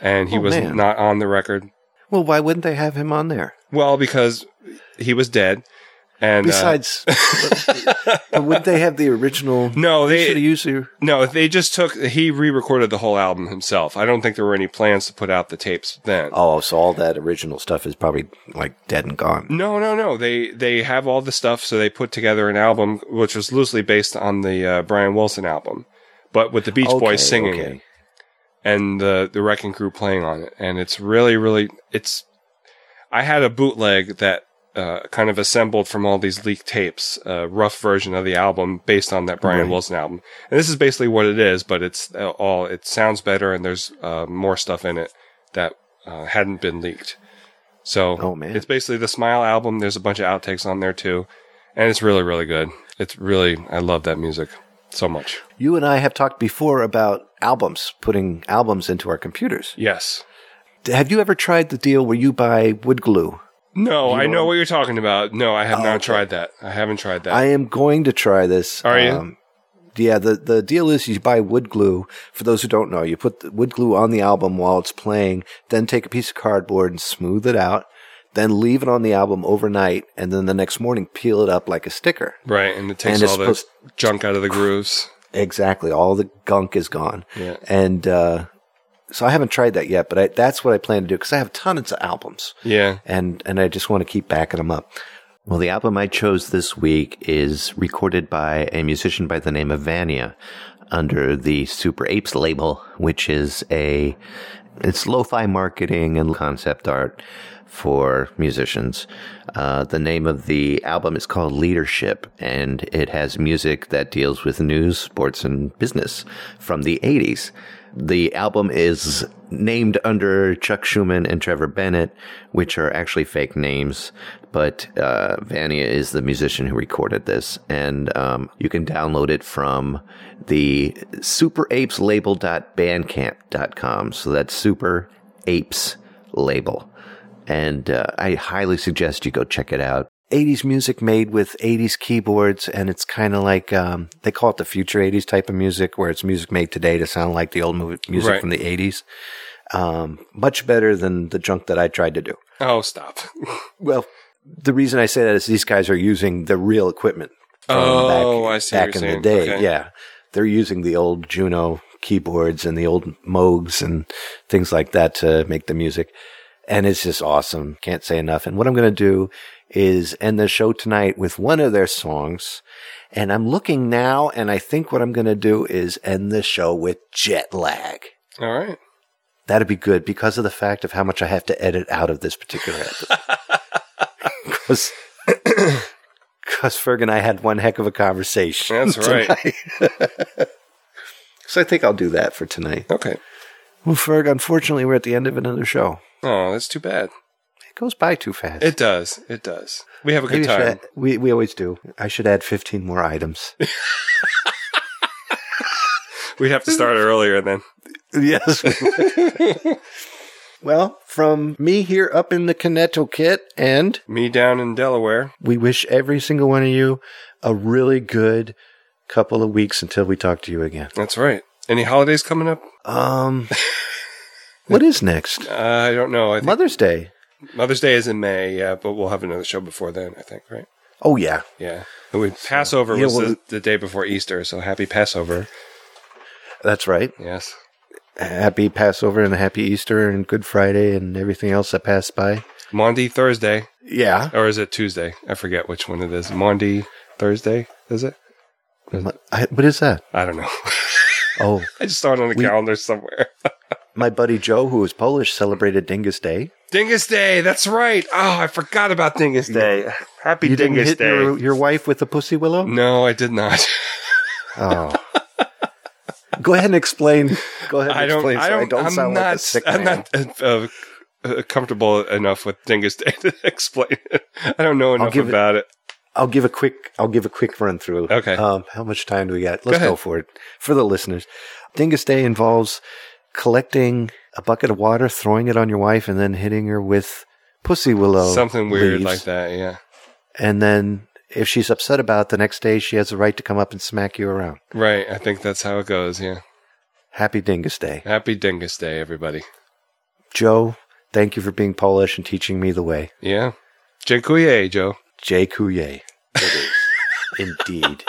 Speaker 2: And he
Speaker 1: Oh,
Speaker 2: was
Speaker 1: man.
Speaker 2: not on the record.
Speaker 1: Well, why wouldn't they have him on there?
Speaker 2: Well, because he was dead. And uh,
Speaker 1: Besides, but wouldn't they have the original?
Speaker 2: no,
Speaker 1: They
Speaker 2: they
Speaker 1: should have used the.
Speaker 2: No, they just took he re-recorded the whole album himself. I don't think there were any plans to put out the tapes then.
Speaker 1: Oh, so all that original stuff is probably like dead and gone.
Speaker 2: No, no, no. They they have all the stuff, so they put together an album which was loosely based on the uh, Brian Wilson album, but with the Beach
Speaker 1: Okay,
Speaker 2: Boys singing
Speaker 1: okay.
Speaker 2: it and the the Wrecking Crew playing on it, and it's really, really, it's. I had a bootleg that uh, kind of assembled from all these leaked tapes, a rough version of the album based on that Brian
Speaker 1: Right.
Speaker 2: Wilson album, and this is basically what it is, but it's uh, all it sounds better, and there's uh, more stuff in it that uh, hadn't been leaked. So
Speaker 1: Oh, man.
Speaker 2: it's basically the Smile album. There's a bunch of outtakes on there too, and it's really really good. It's really I love that music so much.
Speaker 1: You and I have talked before about albums, putting albums into our computers.
Speaker 2: Yes.
Speaker 1: Have you ever tried the deal where you buy wood glue?
Speaker 2: No, I know what you're talking about. No, I have not tried that. I haven't tried that.
Speaker 1: Oh, I am going to try this. um,
Speaker 2: Are you?
Speaker 1: yeah, the, the deal is you buy wood glue. For those who don't know, you put the wood glue on the album while it's playing, then take a piece of cardboard and smooth it out, then leave it on the album overnight, and then the next morning peel it up like a sticker.
Speaker 2: right, and it takes
Speaker 1: And it's
Speaker 2: all the
Speaker 1: supposed-
Speaker 2: junk out of the grooves.
Speaker 1: Exactly. All the gunk is gone.
Speaker 2: Yeah.
Speaker 1: And uh, so I haven't tried that yet, but I, that's what I plan to do because I have tons of albums.
Speaker 2: Yeah.
Speaker 1: and and I just want to keep backing them up.
Speaker 8: Well, the album I chose this week is recorded by a musician by the name of Vania under the Super Apes label, which is a it's lo-fi marketing and concept art for musicians. Uh, the name of the album is called Leadership, and it has music that deals with news, sports, and business from the '80s. The album is named under Chuck Schumann and Trevor Bennett, which are actually fake names, but uh, Vania is the musician who recorded this. And um, you can download it from the superapes.label.bandcamp.com. So that's Super Apes Label. And uh, I highly suggest you go check it out.
Speaker 1: 80s music made with 80s keyboards, and it's kind of like um, they call it the future 80s type of music, where it's music made today to sound like the old movie, music
Speaker 2: Right.
Speaker 1: from the 80s. Um, much better than the junk that I tried to do.
Speaker 2: Oh, stop.
Speaker 1: Well, the reason I say that is these guys are using the real equipment. from
Speaker 2: Oh, I see what
Speaker 1: Back
Speaker 2: you're
Speaker 1: in
Speaker 2: saying.
Speaker 1: the day,
Speaker 2: Okay.
Speaker 1: yeah, they're using the old Juno keyboards and the old Moogs and things like that to make the music, and it's just awesome. Can't say enough. And what I'm going to do is end the show tonight with one of their songs. And I'm looking now, and I think what I'm going to do is end the show with jet lag.
Speaker 2: all right.
Speaker 1: That'd be good because of the fact of how much I have to edit out of this particular episode. Because Ferg and I had one heck of a conversation.
Speaker 2: That's right.
Speaker 1: So I think I'll do that for tonight.
Speaker 2: Okay.
Speaker 1: Well, Ferg, unfortunately, we're at the end of another show.
Speaker 2: Oh, that's too bad.
Speaker 1: It goes by too fast.
Speaker 2: It does. It does. We have a good
Speaker 1: Maybe I should
Speaker 2: time.
Speaker 1: add- we, we always do. I should add 15 more items.
Speaker 2: We'd have to start earlier then.
Speaker 1: yes. well, from me here up in the Kineto kit and
Speaker 2: Me down in Delaware.
Speaker 1: We wish every single one of you a really good couple of weeks until we talk to you again.
Speaker 2: That's right. Any holidays coming up?
Speaker 1: Um, what is next?
Speaker 2: Uh, I don't know. I think
Speaker 1: Mother's Day.
Speaker 2: Mother's Day is in May, yeah, but we'll have another show before then, I think, right?
Speaker 1: Oh yeah,
Speaker 2: Yeah. And we, Passover
Speaker 1: Yeah,
Speaker 2: was
Speaker 1: well-
Speaker 2: the, the day before Easter, so happy Passover.
Speaker 1: that's right.
Speaker 2: Yes.
Speaker 1: Happy Passover and happy Easter and Good Friday and everything else that passed by.
Speaker 2: Maundy Thursday,
Speaker 1: Yeah,
Speaker 2: or is it Tuesday? I forget which one it is. Maundy Thursday, is it?
Speaker 1: What- I, what is that?
Speaker 2: I don't know.
Speaker 1: Oh,
Speaker 2: I just saw it on the
Speaker 1: We-
Speaker 2: calendar somewhere.
Speaker 1: my buddy Joe, who is Polish, celebrated Dingus Day.
Speaker 2: Dingus Day, that's right. Oh, I forgot about Dingus Day. Happy
Speaker 1: you didn't
Speaker 2: Dingus
Speaker 1: hit
Speaker 2: Day.
Speaker 1: your, your wife with a pussy willow.
Speaker 2: No, I did not.
Speaker 1: Oh. Go ahead and explain. Go ahead and
Speaker 2: I don't.
Speaker 1: explain.
Speaker 2: I
Speaker 1: so
Speaker 2: don't.
Speaker 1: I don't
Speaker 2: I'm
Speaker 1: sound
Speaker 2: not,
Speaker 1: like a sick
Speaker 2: I'm
Speaker 1: man.
Speaker 2: not uh, uh, comfortable enough with Dingus Day to explain it. I don't know enough
Speaker 1: give it-
Speaker 2: about it.
Speaker 1: I'll give a quick I'll give a quick run through.
Speaker 2: Okay.
Speaker 1: Um, how much time do we got? Let's go,
Speaker 2: ahead.
Speaker 1: for it for the listeners. Dingus Day involves collecting a bucket of water, throwing it on your wife, and then hitting her with pussy willow
Speaker 2: Something weird
Speaker 1: leaves.
Speaker 2: like that. Yeah.
Speaker 1: And then if she's upset about it, the next day, she has the right to come up and smack you around.
Speaker 2: Right. I think that's how it goes. Yeah.
Speaker 1: Happy Dingus Day,
Speaker 2: Happy Dingus Day, everybody.
Speaker 1: Joe. Thank you for being Polish and teaching me the way.
Speaker 2: Yeah. Dziękuję, Joe.
Speaker 1: Jay Couillet. It is indeed.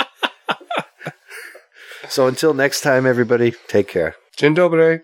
Speaker 1: so until next time, everybody, take care.
Speaker 2: Dzień dobry.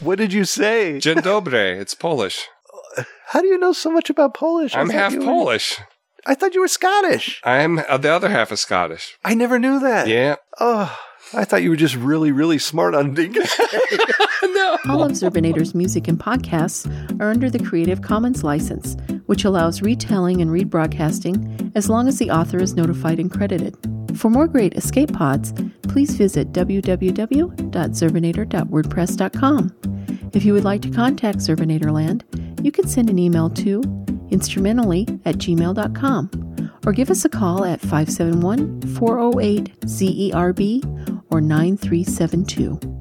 Speaker 1: What did you say?
Speaker 2: Dzień dobry. It's Polish.
Speaker 1: How do you know so much about Polish? I
Speaker 2: I'm
Speaker 1: thought
Speaker 2: half
Speaker 1: you were-
Speaker 2: Polish.
Speaker 1: I thought you were Scottish.
Speaker 2: I'm uh, the other half is Scottish.
Speaker 1: I never knew that.
Speaker 2: Yeah.
Speaker 1: Oh, I thought you were just really, really smart on Dingus.
Speaker 9: All of Zerbinator's music and podcasts are under the Creative Commons license, which allows retelling and rebroadcasting as long as the author is notified and credited. For more great escape pods, please visit www.zerbinator.wordpress.com. If you would like to contact Zerbinator Land, you can send an email to instrumentally at gmail.com or give us a call at oh E 571 408 ZERB or 9372.